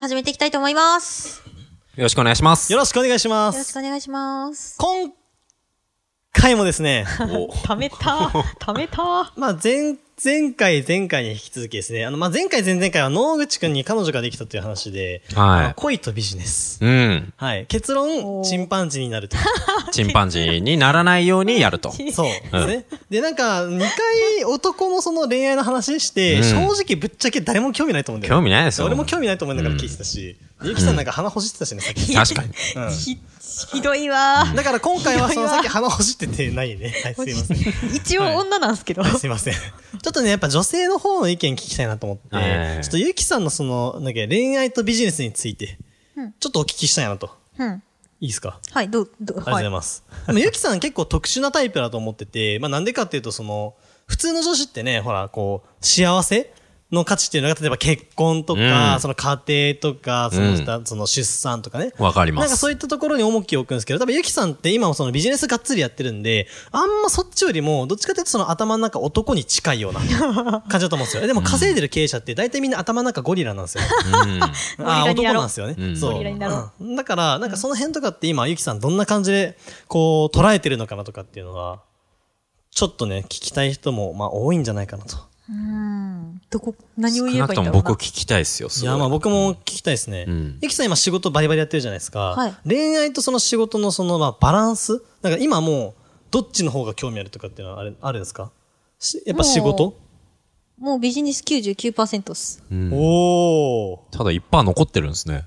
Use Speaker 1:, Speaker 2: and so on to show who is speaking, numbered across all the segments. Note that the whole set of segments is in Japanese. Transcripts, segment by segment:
Speaker 1: 始めていきたいと思います。
Speaker 2: よろしくお願いします。
Speaker 3: よろしくお願いし
Speaker 1: よ
Speaker 3: ま
Speaker 1: ろし
Speaker 3: す。
Speaker 1: くお願いします。
Speaker 3: 今回もで すね、
Speaker 1: 貯めた、貯めた。
Speaker 3: まあ前、前回、前回に引き続きですね、あの、まあ前回、前々回は野口くんに彼女ができたという話で、まあ
Speaker 2: は
Speaker 3: 恋とビジネス。
Speaker 2: い。うん。
Speaker 3: はい。結論、チンパンジーになると。
Speaker 2: チンパンジーにならないようにやると。
Speaker 3: そう。ですね。で、なんか、2回男のその恋愛の話して、
Speaker 2: うん
Speaker 3: 正直ぶっちゃけ誰も興味ないと思うんだよ。
Speaker 2: 興味ないですよ
Speaker 3: 俺も興味ないと思いながら聞いてたし、ゆきさんなんか鼻ほじってたしね、さっき。
Speaker 2: 確かに。
Speaker 3: うん
Speaker 1: ひ、ひどいわ。
Speaker 3: だから今回は
Speaker 1: ひ
Speaker 3: その
Speaker 1: どいわ
Speaker 3: さっき鼻ほじっててないね。はい、すいません。
Speaker 1: 一応女なんですけど。
Speaker 3: はいすいま せん。ちょっとね、やっぱ女性の方の意見聞きたいなと思って、
Speaker 2: ええ
Speaker 3: ちょっとゆきさんのその、なんか恋愛とビジネスについて
Speaker 1: うん、
Speaker 3: ちょっとお聞きしたいなと。
Speaker 1: うん。
Speaker 3: いいですか
Speaker 1: はい、どう、どう、
Speaker 3: ありがとうご
Speaker 1: は
Speaker 3: ざい
Speaker 1: い。
Speaker 3: ます。でもゆきさん結構特殊なタイプだと思ってて、まあなんでかっていうとその、普通の女子ってね、ほら、こう、幸せの価値っていうのが、例えば結婚とか、
Speaker 2: うん
Speaker 3: その家庭とか、その,、
Speaker 2: うん
Speaker 3: その出産とかね。
Speaker 2: わかり
Speaker 3: な
Speaker 2: ま
Speaker 3: んかそう
Speaker 2: す。
Speaker 3: いったところに重きを置くんですけど、多分ゆきさんって今もそのビジネスがっつりやってるんで、あんまそっちよりも、どっちかというとその頭の中男に近いような感じだと思うんですよ。でも稼いでる経営者って大体みんな頭の中ゴリラなんですよ。
Speaker 2: うん。
Speaker 3: ああ、
Speaker 1: ゴリラに
Speaker 3: 男
Speaker 1: なろう
Speaker 3: なんですよね。
Speaker 2: うん
Speaker 3: そう。
Speaker 2: ゴリラ
Speaker 1: になろ
Speaker 3: うんだから、なんかその辺とかって今、ゆきさんどんな感じで、こう、捉えてるのかなとかっていうのは、ちょっとね、聞きたい人も、まあ、多いんじゃないかなと。
Speaker 1: うん。どこ、何を
Speaker 2: 少
Speaker 1: 言え
Speaker 2: な
Speaker 1: ば
Speaker 2: く
Speaker 1: いい
Speaker 2: と
Speaker 1: ん
Speaker 2: も
Speaker 1: だろう
Speaker 2: 僕
Speaker 1: な
Speaker 2: 聞。きたいですよ。す
Speaker 3: い
Speaker 2: ご
Speaker 3: や、まあ僕も聞きたいですね。
Speaker 2: う
Speaker 3: ゆ、
Speaker 2: ん
Speaker 3: き、さん今仕事バリバリやってるじゃないですか。
Speaker 1: はい
Speaker 3: 恋愛とその仕事のその、まあ、バランスなんか今もう、どっちの方が興味あるとかっていうのはある、あるんですかしやっぱ仕事
Speaker 1: もうビジネス99%っす。
Speaker 2: うん
Speaker 3: お お
Speaker 2: ただいっぱい残ってるんですね。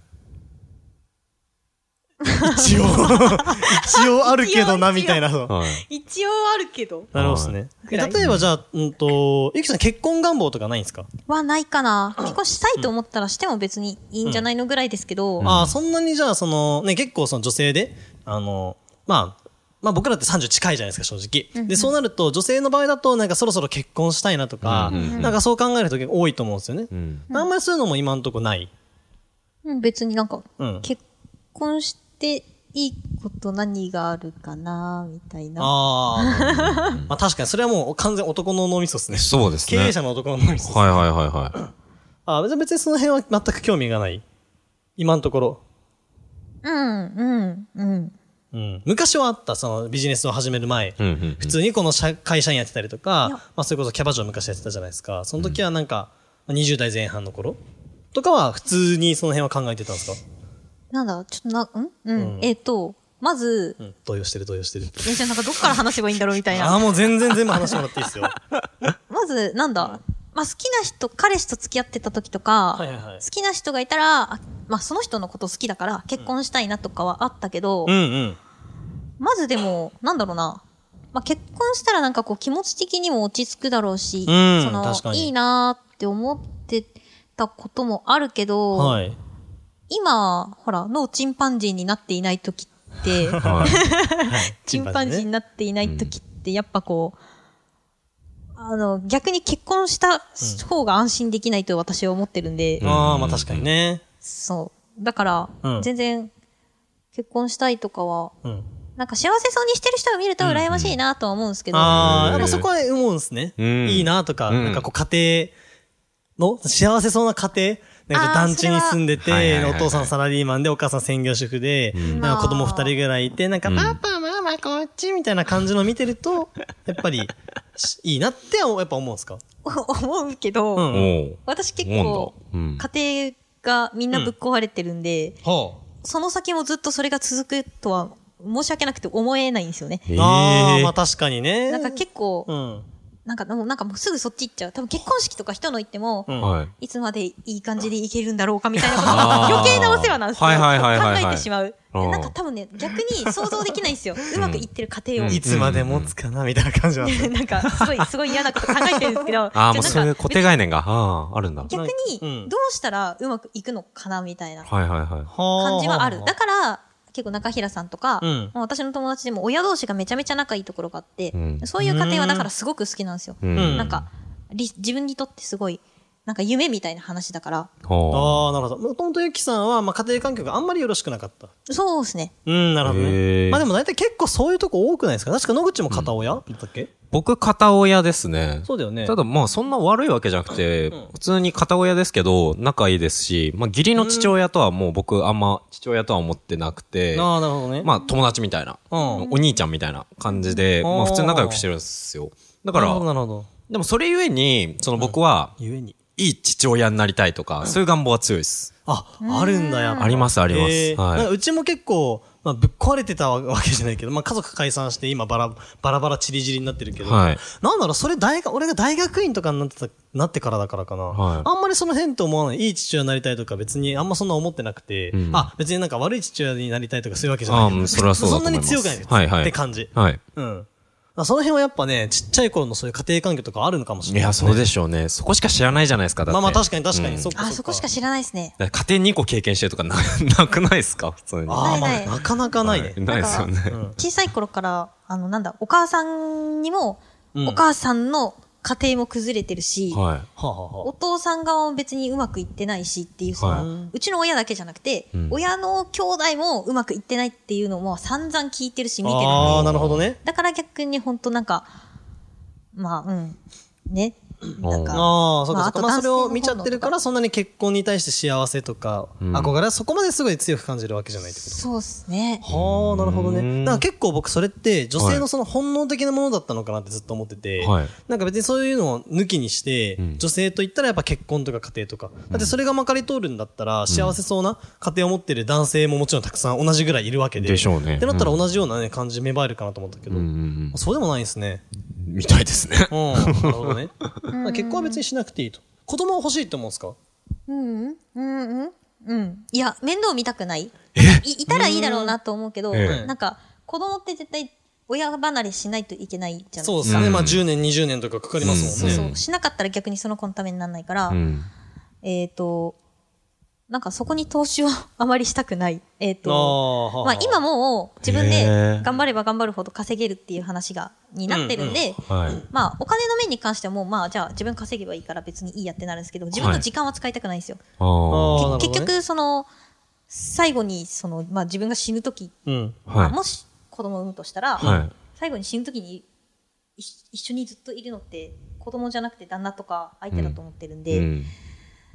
Speaker 3: 一応、一応あるけどな、
Speaker 1: 一応
Speaker 3: みたいな。そう
Speaker 2: はい。
Speaker 1: 一応あるけど。
Speaker 3: なるほどですね。
Speaker 1: は
Speaker 3: え
Speaker 1: い
Speaker 3: 例えばじゃあ、うんと、ゆきさん結婚願望とかないんですか、
Speaker 1: はないかな。結婚したいと思ったらしても別にいいんじゃないのぐらいですけど。
Speaker 3: ああ、そんなにじゃあ、その、ね、結構その女性で、あの、まあ、まあ僕らって30近いじゃないですか、正直。で、そうなると、女性の場合だと、なんかそろそろ結婚したいなとか、
Speaker 2: うんうんうん
Speaker 3: なんかそう考える人が多いと思うんですよね
Speaker 2: う。ん。
Speaker 3: あんまりそういうのも今んとこない。
Speaker 1: うん、別になんか、
Speaker 3: うん。
Speaker 1: 結婚していいこと何があるかな、みたいな。
Speaker 3: あ あ。まあ確かに、それはもう完全男の脳みそですね。
Speaker 2: そうです
Speaker 3: 経
Speaker 2: ね。
Speaker 3: 営者の男の脳みそ。
Speaker 2: はいはいはいは
Speaker 3: ああ、じゃあ別にその辺は全く興味がない。今のところ。
Speaker 1: うん、うん、うん。
Speaker 3: うん。昔はあった、そのビジネスを始める前。
Speaker 2: い。うんうんうん。
Speaker 3: 普通にこの社会社員やってたりとか
Speaker 1: いや、
Speaker 3: まあ、それこそキャバ嬢昔やってたじゃないですか。その時はなんか、まあ20代前半の頃とかは普通にその辺は考えてたんですか
Speaker 1: なんだ、ちょっとな、んうん。
Speaker 3: うん
Speaker 1: えっ、と、まず、
Speaker 3: うん。動揺してる動揺してる。
Speaker 1: え、じゃあなんかどっから話せばいいんだろうみたい
Speaker 3: あ
Speaker 1: な
Speaker 3: あ、。もう全然全部話してもらっていい ですよ。
Speaker 1: まず、なんだ、まあ好きな人、彼氏と付き合ってた時とか、
Speaker 3: はいはいはい
Speaker 1: 好きな人がいたら、あまあその人のこと好きだから結婚したいなとかはあったけど、
Speaker 3: うんうん。
Speaker 1: まずでも、なんだろうな、まあ結婚したらなんかこう気持ち的にも落ち着くだろうし、
Speaker 3: うん
Speaker 1: その
Speaker 3: 確か、に
Speaker 1: いいなーって思ってたこともあるけど、
Speaker 3: はい。
Speaker 1: 今、ほら、脳チンパンジーになっていない時 って、
Speaker 2: はい。
Speaker 1: チンパンジーに
Speaker 3: ね。
Speaker 1: なっていない時って、やっぱこう、あの、逆に結婚した方が安心できないと私は思ってるんで、
Speaker 2: ん
Speaker 3: ああ、まあ確かにね。
Speaker 1: そう。だから、
Speaker 3: うん
Speaker 1: 全然、結婚したいとかは、
Speaker 3: うん。
Speaker 1: なんか幸せそうにしてる人を見ると羨ましいなとは思うんですけど、
Speaker 3: ああ、やっ
Speaker 2: へ
Speaker 3: ぱ
Speaker 2: ー
Speaker 3: そこは思うんですね。
Speaker 2: うん
Speaker 3: いいなとか、
Speaker 2: うん
Speaker 3: なんかこう家庭の、幸せそうな家庭なんか
Speaker 1: あー
Speaker 3: 団地に住んで
Speaker 2: それははいはい
Speaker 3: て、
Speaker 2: はい
Speaker 3: お父さんサラリーマンでお母さん専業主婦で、
Speaker 2: ん
Speaker 3: なんか子供二人ぐらいいて、なんか
Speaker 2: うん
Speaker 3: パパ、ママ、こっちみたいな感じの見てると、やっぱり、しいいなってやっぱ思うんですか
Speaker 1: 思うけど、
Speaker 3: うん
Speaker 2: おう。
Speaker 1: 私結
Speaker 2: 思
Speaker 1: 構、
Speaker 2: うんだ。
Speaker 1: 家庭がみんなぶっ壊れてるんで、
Speaker 3: は
Speaker 1: その先もずっとそれが続くとは、申し訳なくて思えないんですよね。
Speaker 2: うん。
Speaker 3: ああー、まあ
Speaker 2: た。
Speaker 3: 確かにね。
Speaker 1: なんか結構、
Speaker 3: うん。
Speaker 1: なんかもう、なんかもうすぐそっち行っちゃう。多分結婚式とか人の行っても、
Speaker 3: うん
Speaker 2: はい。
Speaker 1: いつまでいい感じでいけるんだろうかみたいなこ と
Speaker 2: あー
Speaker 1: 余計なお世話なんですよ。
Speaker 2: はいはいはいはいはい
Speaker 1: 考えてしまう。
Speaker 2: うん
Speaker 1: なんか多分ね、逆に想像できないんですよ。うまくいってる過程を。
Speaker 2: うん
Speaker 3: いつまで持つかな、みたいな感じなんですよ
Speaker 1: なんか、すごい、すごい嫌なこと考えてるんですけど。
Speaker 2: ああ、もうそうい
Speaker 1: な
Speaker 2: うん
Speaker 1: か
Speaker 2: 固定概念が、ああ、あるんだ。
Speaker 1: 逆
Speaker 3: うん
Speaker 1: に、どうしたらうまくいくのかなみたいな
Speaker 2: はいはいはい。
Speaker 1: 感
Speaker 3: 感
Speaker 1: じはある。だから、結構中平さんとか、
Speaker 3: うん
Speaker 1: まあ私の友達でも親同士がめちゃめちゃ仲いいところがあって、
Speaker 2: うん
Speaker 1: そういう家庭はだからすごく好きなんですよ。
Speaker 2: うん
Speaker 3: うん
Speaker 1: なんか、り自分にとってすごい、なんか夢みたいな話だから、
Speaker 2: ほ
Speaker 3: ああ、なるほど。もともとゆきさんは、まあ、家庭環境があんまりよろしくなかった。
Speaker 1: そうですね。
Speaker 3: うん、なるほど
Speaker 2: へ
Speaker 3: ね。
Speaker 2: ー
Speaker 3: まあでも大体結構そういうとこ多くないですか確か野口も片親だったっけ
Speaker 2: う僕、片親ですね。
Speaker 3: そうだよね。
Speaker 2: ただまあそんな悪いわけじゃなくて、普通に片親ですけど、仲いいですし、まあ義理の父親とはもう僕あんま父親とは思ってなくて、
Speaker 3: ああ、なるほどね。
Speaker 2: まあ友達みたいな、
Speaker 3: うん
Speaker 2: お兄ちゃんみたいな感じで、
Speaker 3: うん
Speaker 2: まあ普通に仲良くしてるんですよ。だか
Speaker 3: なるほど、
Speaker 2: ら、
Speaker 3: なるほど。
Speaker 2: でもそれゆえに、その僕は、
Speaker 3: ゆえに。
Speaker 2: いい父親になりたいとか、そういう願望は強いです。
Speaker 3: あ、あるんだ、やっぱ
Speaker 2: ありますあります
Speaker 3: へー
Speaker 2: はい
Speaker 3: なんかうちも結構、まあ、ぶっ壊れてたわけじゃないけど、まあ、家族解散して今バラバラバラチリチリになってるけど、
Speaker 2: はい
Speaker 3: なんだろうそれ大学俺が大学院とかになってたなってからだからかな、
Speaker 2: はい
Speaker 3: あんまりその辺と思わないいい父親になりたいとか別にあんまそんな思ってなくて、
Speaker 2: うん
Speaker 3: あ別になんか悪い父親になりたいとかそういうわけじゃ
Speaker 2: あ
Speaker 3: な
Speaker 2: あ、
Speaker 3: いけ
Speaker 2: も
Speaker 3: ど
Speaker 2: うそれはそうだと
Speaker 3: ん
Speaker 2: 思
Speaker 3: ないに
Speaker 2: ます。
Speaker 3: 強くないです、
Speaker 2: はいはい。
Speaker 3: って感じ、
Speaker 2: はい。
Speaker 3: うんあその辺はやっぱねちっちゃい頃のそういう家庭環境とかあるのかもしれ
Speaker 2: い
Speaker 3: ない、
Speaker 2: や、そうでしょうね。そこしか知らないじゃないですか、だって
Speaker 3: まあまあ確かに確かに、
Speaker 2: うん
Speaker 3: そっか
Speaker 1: あ、
Speaker 3: そっ
Speaker 1: そこしか知らないですね。
Speaker 2: だから家庭2個経験してるとかな なくないですか、普通に。
Speaker 3: ああ
Speaker 1: な
Speaker 3: まあ
Speaker 1: いない
Speaker 3: なかなかないね、
Speaker 2: ないですよね。
Speaker 3: うん
Speaker 1: 小さい頃から、あの、なんだ、お母さんにも、
Speaker 3: うん
Speaker 1: お母さんの家庭も崩れてるし、
Speaker 2: はい。
Speaker 3: はあはあはあ
Speaker 1: お父さん側も別にうまくいってないしっていう、その、
Speaker 3: はいう
Speaker 1: ちの親だけじゃなくて、
Speaker 2: うん
Speaker 1: 親の兄弟もうまくいってないっていうのも散々聞いてるし、見てるんで
Speaker 3: ああ、なるほどね。
Speaker 1: だから逆に本当なんか、まあ、うん、ね、なんか、
Speaker 3: ああ、そう
Speaker 1: ま
Speaker 3: か、
Speaker 1: あ
Speaker 3: そうか。
Speaker 1: あと
Speaker 3: まあ、それを
Speaker 1: 男性の
Speaker 3: 見ちゃってるから、そんなに結婚に対して幸せとか、
Speaker 2: うん
Speaker 3: 憧れはそこまですごい強く感じるわけじゃないってこ
Speaker 1: そうっすね。
Speaker 3: と。はあ、なるほど
Speaker 2: う
Speaker 3: ね。
Speaker 2: ん
Speaker 3: なんか結構僕それって、女性
Speaker 2: は
Speaker 3: のその本能的なものだったのかなってずっと思ってて、
Speaker 2: はい
Speaker 3: なんか別にそういうのを抜きにして、
Speaker 2: うん
Speaker 3: 女性と言ったらやっぱ結婚とか家庭とか。だってそれがまかり通るんだったら、幸せそうな家庭を持ってる男性ももちろんたくさん同じぐらいいるわけで。
Speaker 2: でしょうね
Speaker 3: ってなったら
Speaker 2: うん
Speaker 3: 同じようなね、感じ芽生えるかなと思ったけ
Speaker 2: うん
Speaker 3: ど
Speaker 2: う。ん
Speaker 3: そうでもないんですね。
Speaker 2: うん。みたいですね。
Speaker 3: うん、なるほどね。まあ結婚は別にしなくていいと。子供は欲しいって思うんですか
Speaker 1: うん、うん、うん、うん。いや、面倒見たくない。いいたらいいだろうなと思うけど、
Speaker 2: え
Speaker 3: え
Speaker 1: なんか、子供って絶対親離れしないといけないじゃない
Speaker 3: そう
Speaker 1: で
Speaker 3: ですす
Speaker 1: か。
Speaker 3: ね。
Speaker 2: うん
Speaker 3: まあ10年、20年とかかかりますもん
Speaker 1: そう
Speaker 3: ね。
Speaker 1: そう。しなかったら逆にその子のためにならないから、
Speaker 2: うん。
Speaker 1: えっ、と、なんかそこに投資をあまりしたくない。えっ、
Speaker 3: あ
Speaker 1: と、
Speaker 3: あ、はあはあ
Speaker 1: まあ今も自分
Speaker 2: へ
Speaker 1: で
Speaker 2: ー
Speaker 1: 頑張れば頑張るほど稼げるっていう話が、になってるんで、
Speaker 2: はい。
Speaker 1: まあお金の面に関してはもうまあじゃあ自分稼げばいいから別にいいやってなるんですけど、自分の時間は使いたくないんですよ。
Speaker 2: ああ。
Speaker 3: あーなるほどね
Speaker 1: 結局その、最後にその、まあ自分が死ぬ時
Speaker 3: うん。
Speaker 1: まあ
Speaker 2: は
Speaker 1: もし子供を産むとしたら、
Speaker 2: はい
Speaker 1: 最後に死ぬ時にい一緒にずっといるのって子供じゃなくて旦那とか相手だと思ってるん
Speaker 2: い。
Speaker 1: で、
Speaker 2: うん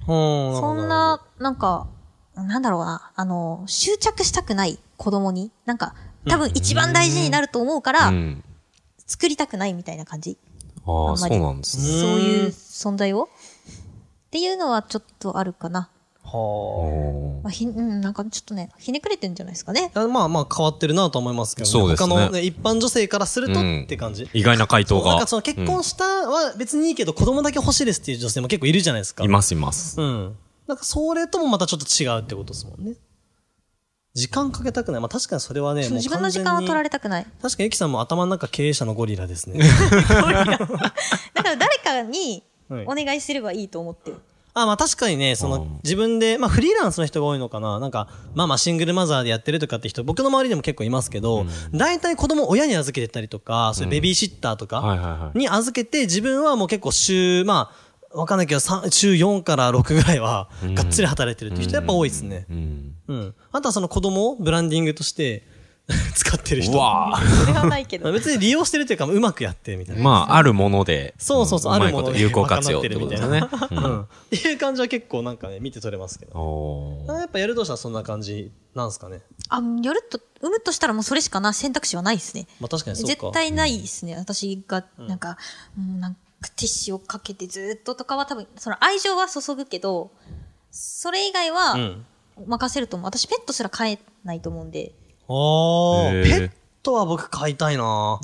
Speaker 3: はあ
Speaker 1: そん、
Speaker 3: る
Speaker 1: な、なんか、なんだろうな、あの、執着したくない子供に、なんか、多分一番大事になると思うから、
Speaker 2: うん
Speaker 1: 作りたくないみたいな感じ。
Speaker 2: あ
Speaker 1: あ
Speaker 2: あ、
Speaker 1: んま
Speaker 2: そ
Speaker 1: り
Speaker 2: うなんですね。
Speaker 1: そういう存在をっていうのはちょっとあるかな。
Speaker 3: ほど
Speaker 2: は
Speaker 3: は
Speaker 1: まあ、ひ、うん、なんかちょっとね、ひねくれてんじゃないですかね。
Speaker 3: ああ。まあまあ変わってるなと思いますけどね。
Speaker 2: そうですね
Speaker 3: 他の一般女性からすると
Speaker 2: うん
Speaker 3: って感じ。
Speaker 2: 意外な回答が。
Speaker 3: なんかその結婚したは別にいいけど子供だけ欲しいですっていう女性も結構いるじゃないです
Speaker 2: う
Speaker 3: か。
Speaker 2: んいますいます。
Speaker 3: うん。なんかそれともまたちょっと違うってことですもんね。時間かけたくない。まあ確かにそれはね、
Speaker 1: そう自分の時間は取られたくない。
Speaker 3: 確かにゆきさんも頭の中経営者のゴリラですね。
Speaker 1: だから誰かに
Speaker 3: はい
Speaker 1: お願いすればいいと思ってる。
Speaker 3: あ、まあ確かにね、そ
Speaker 2: あー
Speaker 3: の自分で、まあフリーランスの人が多いのかな。なんか、まあまあシングルマザーでやってるとかって人、僕の周りでも結構いますけど、大体子供親に預けてたりとか、そういうベビーシッターと
Speaker 2: はい
Speaker 3: か
Speaker 2: はいはい。
Speaker 3: に預けて、自分はもう結構週、まあ、わかんないけど、さん週4から6ぐらいは、がっつり働いてるって人やっぱ多いですね。
Speaker 2: うん。
Speaker 3: うん。あとはその子供をブランディングとして 使ってる人。
Speaker 2: うわあ。
Speaker 1: それはないけど。
Speaker 3: 別に利用してるというか、うまくやってみたいな。
Speaker 2: まあ、あるもので。
Speaker 3: そうそうそう、
Speaker 2: ん
Speaker 3: あ
Speaker 2: ま
Speaker 3: る
Speaker 2: い
Speaker 3: も
Speaker 2: こ
Speaker 3: の
Speaker 2: と
Speaker 3: で
Speaker 2: 有効活用っ
Speaker 3: 賄
Speaker 2: てこと
Speaker 3: みた
Speaker 2: です
Speaker 3: いな
Speaker 2: ね。
Speaker 3: うん。っていう感じは結構なんかね、見て取れますけど。
Speaker 2: お
Speaker 3: あ
Speaker 2: ー
Speaker 3: やっぱやるとしたらそんな感じなんですかね。
Speaker 1: あ、やると、産むとしたらもうそれしかな、選択肢はないですね。
Speaker 3: まあ確かにそうか。
Speaker 1: 絶対ないですね。私が、なんか、もうなんかティッシュをかけてずっととかは多分、その愛情は注ぐけど、それ以外
Speaker 3: う
Speaker 1: は
Speaker 3: ん。
Speaker 1: 任せると思う。私ペットすら飼えないと思うんで。
Speaker 3: ああ、
Speaker 2: へー
Speaker 3: ペットは僕買いたいな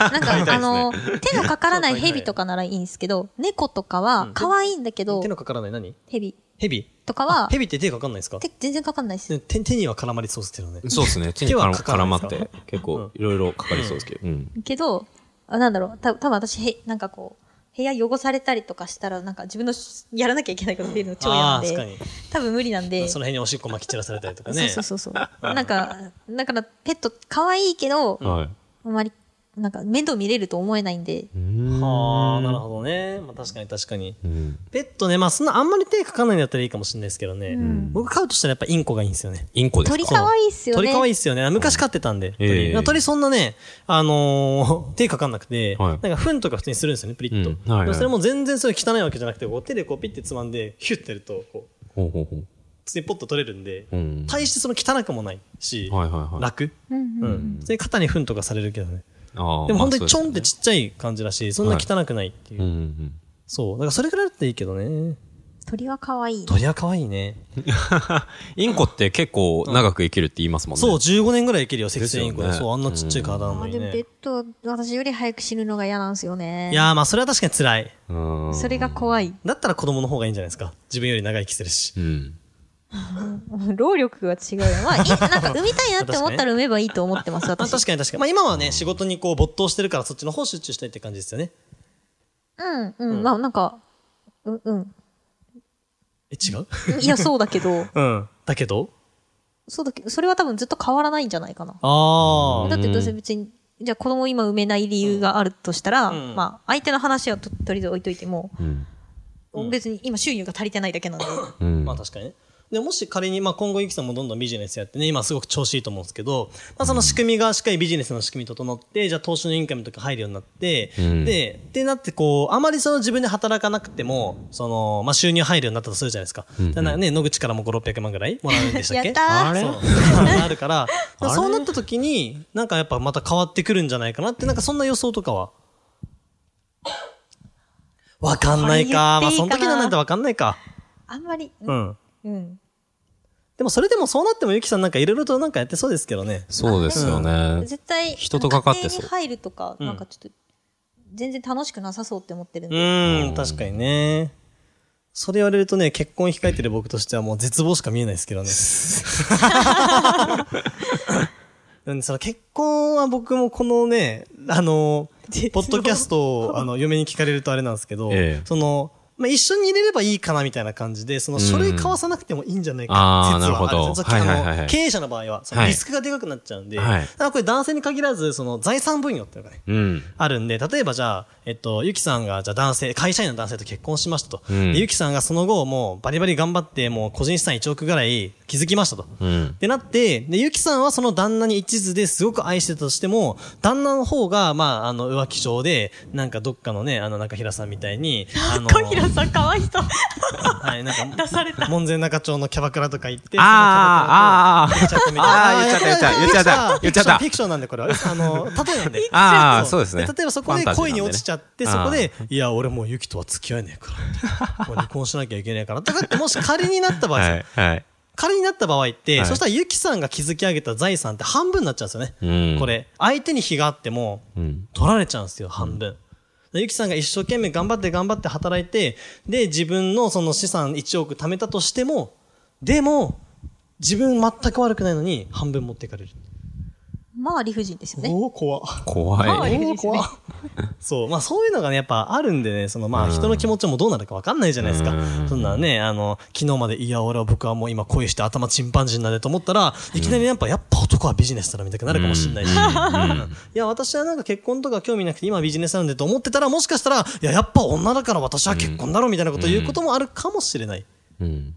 Speaker 1: なんか、
Speaker 2: 買いたい
Speaker 1: あ
Speaker 2: ですね
Speaker 1: の、手のかからない蛇とかならいいんですけど、猫とかは可愛いんだけど
Speaker 3: 手、のかからない何
Speaker 1: 蛇
Speaker 3: ヘビ
Speaker 1: とかは、
Speaker 3: ヘビって手かかんないですか
Speaker 1: 手全然かかんないです。
Speaker 3: 手手には絡まりそうですけどね。
Speaker 2: そうですね。手に
Speaker 3: 手は
Speaker 2: 絡
Speaker 3: かから
Speaker 2: 絡
Speaker 3: な
Speaker 2: ま
Speaker 3: い
Speaker 2: っ
Speaker 3: ですか
Speaker 2: て、結構、いろいろかかりそうですけど。うん。
Speaker 1: けど、あなんだろう、た多分私、へなんかこう、部屋汚されたりとかしたら、なんか自分のしやらなきゃいけないことっていうの超嫌な
Speaker 3: あ
Speaker 1: ん
Speaker 3: あ、確か
Speaker 1: で、
Speaker 3: に。
Speaker 1: 多分無理なんで、
Speaker 3: その辺におしっこまき散らされたりとか
Speaker 1: そう
Speaker 3: ね。
Speaker 1: そうそうそう。なんか、だからペット可愛いけど、
Speaker 2: はい。
Speaker 1: あんまり、なんか面倒見れると思えないんで、
Speaker 3: はあ、なるほどね。まあ確かに確かに。
Speaker 2: うん。
Speaker 3: ペットね、まあそんなあんまり手かかんないんだったらいいかもしれないですけどね。
Speaker 1: ん
Speaker 3: 僕飼うとしたらやっぱインコがいいんですよね。
Speaker 2: インコです
Speaker 1: 鳥
Speaker 2: か
Speaker 1: 可愛いっすよね。
Speaker 3: 鳥可愛いっすよね。昔飼ってたんで、
Speaker 2: ええ
Speaker 3: 鳥。鳥そんなね、あのー手かかんなくて、
Speaker 2: はい
Speaker 3: なんか糞とか普通にするんですよね、プリッと。
Speaker 2: うんはいはい
Speaker 3: でもそれも全然それ汚いわけじゃなくて、こう手でこうピッてつまんで、ヒュッてやると、こう、
Speaker 2: ほうほうほう。
Speaker 3: 普通にポッと取れるんで、
Speaker 2: うん。
Speaker 3: 対してその汚くもないし、
Speaker 2: はいはいはい。
Speaker 3: 楽。
Speaker 1: うんうん
Speaker 3: うん。普通に肩に糞とかされるけどね。
Speaker 2: ああ
Speaker 3: でも本当にちょんっ
Speaker 2: まあそう
Speaker 3: て
Speaker 2: です
Speaker 3: ちっちゃい感じだし、そんな汚くないっていう。
Speaker 2: ねうんうん
Speaker 3: そう。だからそれくらいだっていいけどね。
Speaker 1: 鳥は可愛い。
Speaker 3: 鳥は可愛いね。
Speaker 2: うん。インコって結構長く生きるって言いますもんね。
Speaker 3: そう、15年ぐらい生きるよ、セク
Speaker 2: です
Speaker 3: シ
Speaker 2: よ
Speaker 3: ー
Speaker 2: ね
Speaker 3: インコで。そう、あんなちっちゃい体なの
Speaker 1: あ
Speaker 3: に
Speaker 1: でも
Speaker 3: ね。
Speaker 1: ペットは私より早く死ぬのが嫌なんですよね。
Speaker 3: いやーまあそれは確かに辛い。
Speaker 2: うん。
Speaker 1: それが怖い。
Speaker 3: だったら子供の方がいいんじゃないですか。自分より長生きするし。
Speaker 2: うん。
Speaker 1: 労力が違うよ。まあ、いなんか産みたいなって思ったら産めばいいと思ってます、
Speaker 3: まあ
Speaker 1: 私。
Speaker 3: 確かに確かに。まあ今はね、仕事にこう没頭してるからそっちの方集中したいって感じですよね。
Speaker 1: うん、うん、まあなんか、うん、うん。
Speaker 3: え、違う
Speaker 1: いや、そうだけど、
Speaker 3: うん。だけど
Speaker 1: そうだけど、それは多分ずっと変わらないんじゃないかな。
Speaker 3: あ
Speaker 1: だってどうせ別に、じゃあ子供今産めない理由があるとしたら、
Speaker 3: うん
Speaker 1: まあ相手の話はととりあえず置いといても、
Speaker 2: うん。
Speaker 3: うん
Speaker 1: 別に今収入が足りてないだけなんで。
Speaker 2: うん。
Speaker 3: まあ確かにね。でもし仮に、まあ、今後、ゆきさんもどんどんビジネスやってね、今すごく調子いいと思うんですけど、まあ、その仕組みがしっかりビジネスの仕組み整って、じゃあ投資のインカムとか入るようになって、
Speaker 2: うん
Speaker 3: で、ってなって、こう、あまりその自分で働かなくても、その、まあ、収入入るようになったとするじゃないですか。
Speaker 2: うん
Speaker 3: だからね、野口からも5、600万ぐらいもらうんでしたっけ
Speaker 1: やったー
Speaker 3: あれそうあ るから、だからそうなった時に、なんかやっぱまた変わってくるんじゃないかなって、なんかそんな予想とかは。 わかんないか。
Speaker 1: これ言ってい
Speaker 3: まあ、
Speaker 1: いかな
Speaker 3: その時にならないとわかんないか。
Speaker 1: あんまり、う。
Speaker 3: うんん。
Speaker 1: うん。
Speaker 3: でもそれでもそうなってもゆきさんなんかいろいろとなんかやってそうですけどね。
Speaker 2: そうですよね。
Speaker 1: 絶対、
Speaker 2: 人と関わってそ
Speaker 1: 家庭
Speaker 2: う
Speaker 1: に入るとか、
Speaker 3: うん
Speaker 1: なんかちょっと、全然楽しくなさそうって思ってるん
Speaker 3: う
Speaker 1: で。
Speaker 3: ー
Speaker 2: うん
Speaker 3: ん、確かにね。それ言われるとね、結婚控えてる僕としてはもう絶望しか見えないで すけどね。なんでその結婚は僕もこのね、あの、ポッドキャストをあの嫁に聞かれるとあれなんですけど、
Speaker 2: ええ
Speaker 3: その、まあ、一緒に入れればいいかなみたいな感じで、その書類交わさなくてもいいんじゃないか、
Speaker 2: うんあー
Speaker 3: 説
Speaker 2: な
Speaker 3: は
Speaker 2: るほど
Speaker 3: あです
Speaker 2: はい
Speaker 3: あの
Speaker 2: はいはいはい
Speaker 3: 経営者の場合は、そのリスクがでかくなっちゃうんで、
Speaker 2: はい
Speaker 3: だからこれ男性に限らず、その財産分与っていうのがね、
Speaker 2: うん。
Speaker 3: あるんで、例えばじゃあ、えっと、ゆきさんが、じゃあ男性、会社員の男性と結婚しましたと。
Speaker 2: うん
Speaker 3: でゆきさんがその後、もうバリバリ頑張って、もう個人資産1億ぐらい築きましたと。
Speaker 2: うん
Speaker 3: っ。てなって、で、ゆきさんはその旦那に一途ですごく愛してたとしても、旦那の方が、まあ、あの、浮気症で、なんかどっかのね、あの、中平さんみたい に、あの、
Speaker 1: 小平さん、かわい そう。
Speaker 3: はい、なんか、門前仲町のキャバクラとか行って、
Speaker 2: あー
Speaker 3: そのキャバクラと
Speaker 2: あーあー
Speaker 3: 言
Speaker 2: 言っ
Speaker 3: っ
Speaker 2: ち
Speaker 3: ち
Speaker 2: ゃ
Speaker 3: ゃ
Speaker 2: っ
Speaker 3: ったた
Speaker 2: 言
Speaker 3: みたいな。
Speaker 2: っちゃった
Speaker 3: フィクションフィクションなんで、これは。あ の、例えなんで。
Speaker 2: ああ、そうですね。
Speaker 3: 例えばそこで
Speaker 2: ファンタジー
Speaker 3: 恋に落ちち
Speaker 2: な
Speaker 3: ゃ
Speaker 2: ん
Speaker 3: って、
Speaker 2: でね
Speaker 3: そこで、いや、俺もうユキとは付き合えねえから。もう離婚しなきゃいけないから。とかって、もし仮になった場合、
Speaker 2: はい、はい。
Speaker 3: 仮になった場合って、
Speaker 2: はい
Speaker 3: そしたらユキさんが築き上げた財産って半分になっちゃうんですよね。
Speaker 2: うん
Speaker 3: これ、相手に非があっても、
Speaker 2: うん。
Speaker 3: 取られちゃうんですよ、半分。でゆきさんが一生懸命頑張って頑張って働いて、で、自分のその資産1億貯めたとしても、でも、自分全く悪くないのに半分持っていかれる。
Speaker 1: まあ理不尽ですよね。
Speaker 3: おお、怖っ。
Speaker 2: 怖い。
Speaker 1: 理不尽ですね。
Speaker 3: そう。まあそういうのがね、やっぱあるんでね、そのまあ人の気持ちもどうなるかわかんないじゃないですか
Speaker 2: う。ん
Speaker 3: そんなね、あの、昨日まで、いや、俺は僕はもう今恋して頭チンパンジーになれと思ったら、いきなりやっぱ、やっぱ男はビジネスだなみたいになるかもしれないし。いや、私はなんか結婚とか興味なくて今ビジネスなんでと思ってたら、もしかしたら、いや、やっぱ女だから私は結婚だろみたいなことを言うこともあるかもしれない。
Speaker 2: うん。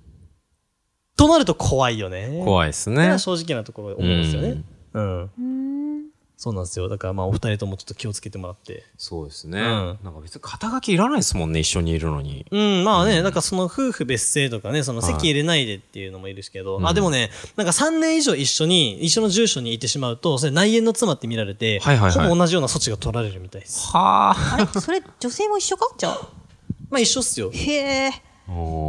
Speaker 3: となると怖いよね。い。
Speaker 2: 怖いです
Speaker 3: これ
Speaker 2: ね
Speaker 3: は。正直なところ思いますよね。うん。そうなんですよ。だからまあお二人ともちょっと気をつけてもらって。
Speaker 2: そうですね。
Speaker 3: ん
Speaker 2: なんか別に肩書きいらないですもんね、一緒にいるのに。
Speaker 3: うん、まあね、なんかその夫婦別姓とかね、その
Speaker 2: はい
Speaker 3: 席入れないでっていうのもいるしけど、あ、でもね、なんか3年以上一緒に、一緒の住所にいてしまうと、それ内縁の妻って見られて、
Speaker 2: はいはいはい
Speaker 3: ほぼ同じような措置が取られるみたいです。
Speaker 2: はあ。
Speaker 1: あれそれ女性も一緒かじゃあ。
Speaker 3: まあ一緒っすよ。
Speaker 1: へえ。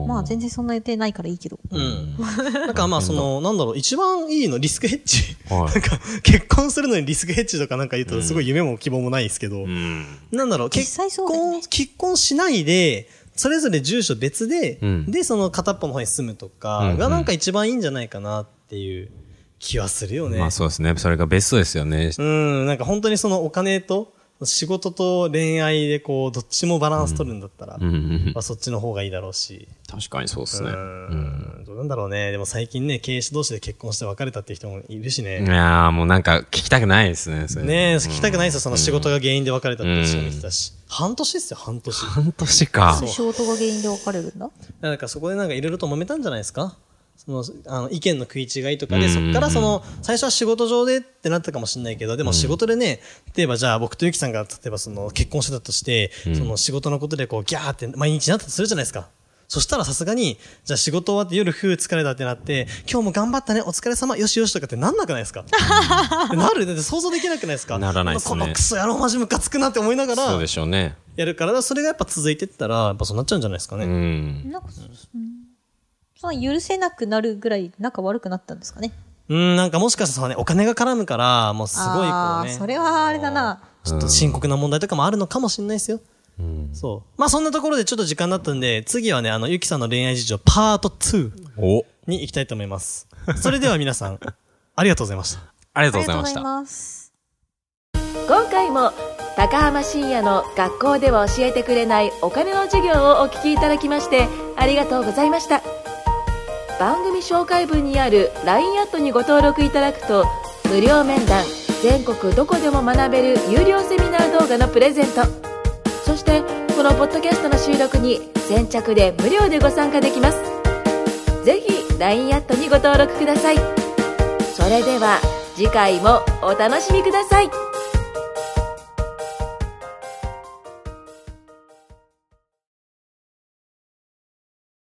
Speaker 1: まあ全然そんな予定ないからいいけど。
Speaker 3: うん。なんかまあその、なんだろう、一番いいのリスクヘッジ。
Speaker 2: はい
Speaker 3: なんか、結婚するのにリスクヘッジとかなんか言うとすごい夢も希望もないですけど、
Speaker 2: うん。
Speaker 3: なんだろう、
Speaker 1: 実
Speaker 3: 結
Speaker 1: 際そうだよね
Speaker 3: 婚、結婚しないで、それぞれ住所別で、
Speaker 2: うん
Speaker 3: で、その片っぽの方に住むと
Speaker 2: うん
Speaker 3: か
Speaker 2: うん
Speaker 3: がなんか一番いいんじゃないかなっていう気はするよね。
Speaker 2: まあそうですね。それがベストですよね。
Speaker 3: うん、なんか本当にそのお金と仕事と恋愛でこう、どっちもバランス取るんだったら、
Speaker 2: うんうんうん
Speaker 3: まあ、そっちの方がいいだろうし。
Speaker 2: 確かにそうです
Speaker 3: う
Speaker 2: ね。
Speaker 3: ん、どうなんだろうね。でも最近ね、経営者同士で結婚して別れたって人もいるし
Speaker 2: い
Speaker 3: ね。
Speaker 2: やーもうなんか聞きたくないですね。それ
Speaker 3: ねえ、聞きたくないですよ。その仕事が原因で別れたって人もいてたし。半年ですよ、半年。
Speaker 2: 半年か
Speaker 3: そう。
Speaker 1: 仕事が原因で別れるんだ。
Speaker 3: なんかそこでなんかいろいろと揉めたんじゃないですかその、あの、意見の食い違いとかで、
Speaker 2: うん
Speaker 3: そっからその、最初は仕事上でってなったかもしれないけど、でも仕事でね、例えばじゃあ僕とゆきさんが、例えばその、結婚してたとして、その仕事のことでこう、ギャーって毎日なったとするじゃないですか。そしたらさすがに、じゃあ仕事終わって夜ふう疲れたってなって、今日も頑張ったね、お疲れ様、よしよしとかってなんなくな いですかなるだって想像できなくないですか
Speaker 2: ならないですね
Speaker 3: このクソ野郎マジムカつくなって思いなが
Speaker 2: そう
Speaker 3: ら
Speaker 2: で、しょうね。
Speaker 3: やるから、それがやっぱ続いてったら、やっぱそうなっちゃうんじゃないですかね。
Speaker 2: うん。
Speaker 1: なんかそ、うんその許せなくなるぐらい仲悪くなったんですかね。
Speaker 3: うん、なんかもしかしたらね、お金が絡むから、もうすごいこ
Speaker 1: あ
Speaker 3: うね。
Speaker 1: ーそれはあれだな。
Speaker 3: ちょっと深刻な問題とかもあるのかもしれないですよ。
Speaker 2: うん
Speaker 3: そう。まあそんなところでちょっと時間だったんで、次はね、あの、ゆきさんの恋愛事情パート2
Speaker 2: お
Speaker 3: に行きたいと思います。それでは皆さん、ありがとうございました。
Speaker 2: ありが
Speaker 1: あ
Speaker 2: とうございました。
Speaker 1: ます。
Speaker 4: 今回も高浜深也の学校では教えてくれないお金の授業をお聞きいただきましてありがとうございました番組紹介文にある LINE アットにご登録いただくと無料面談全国どこでも学べる有料セミナー動画のプレゼントそしてこのポッドキャストの収録に先着で無料でご参加できますぜひ LINE アットにご登録くださいそれでは次回もお楽しみください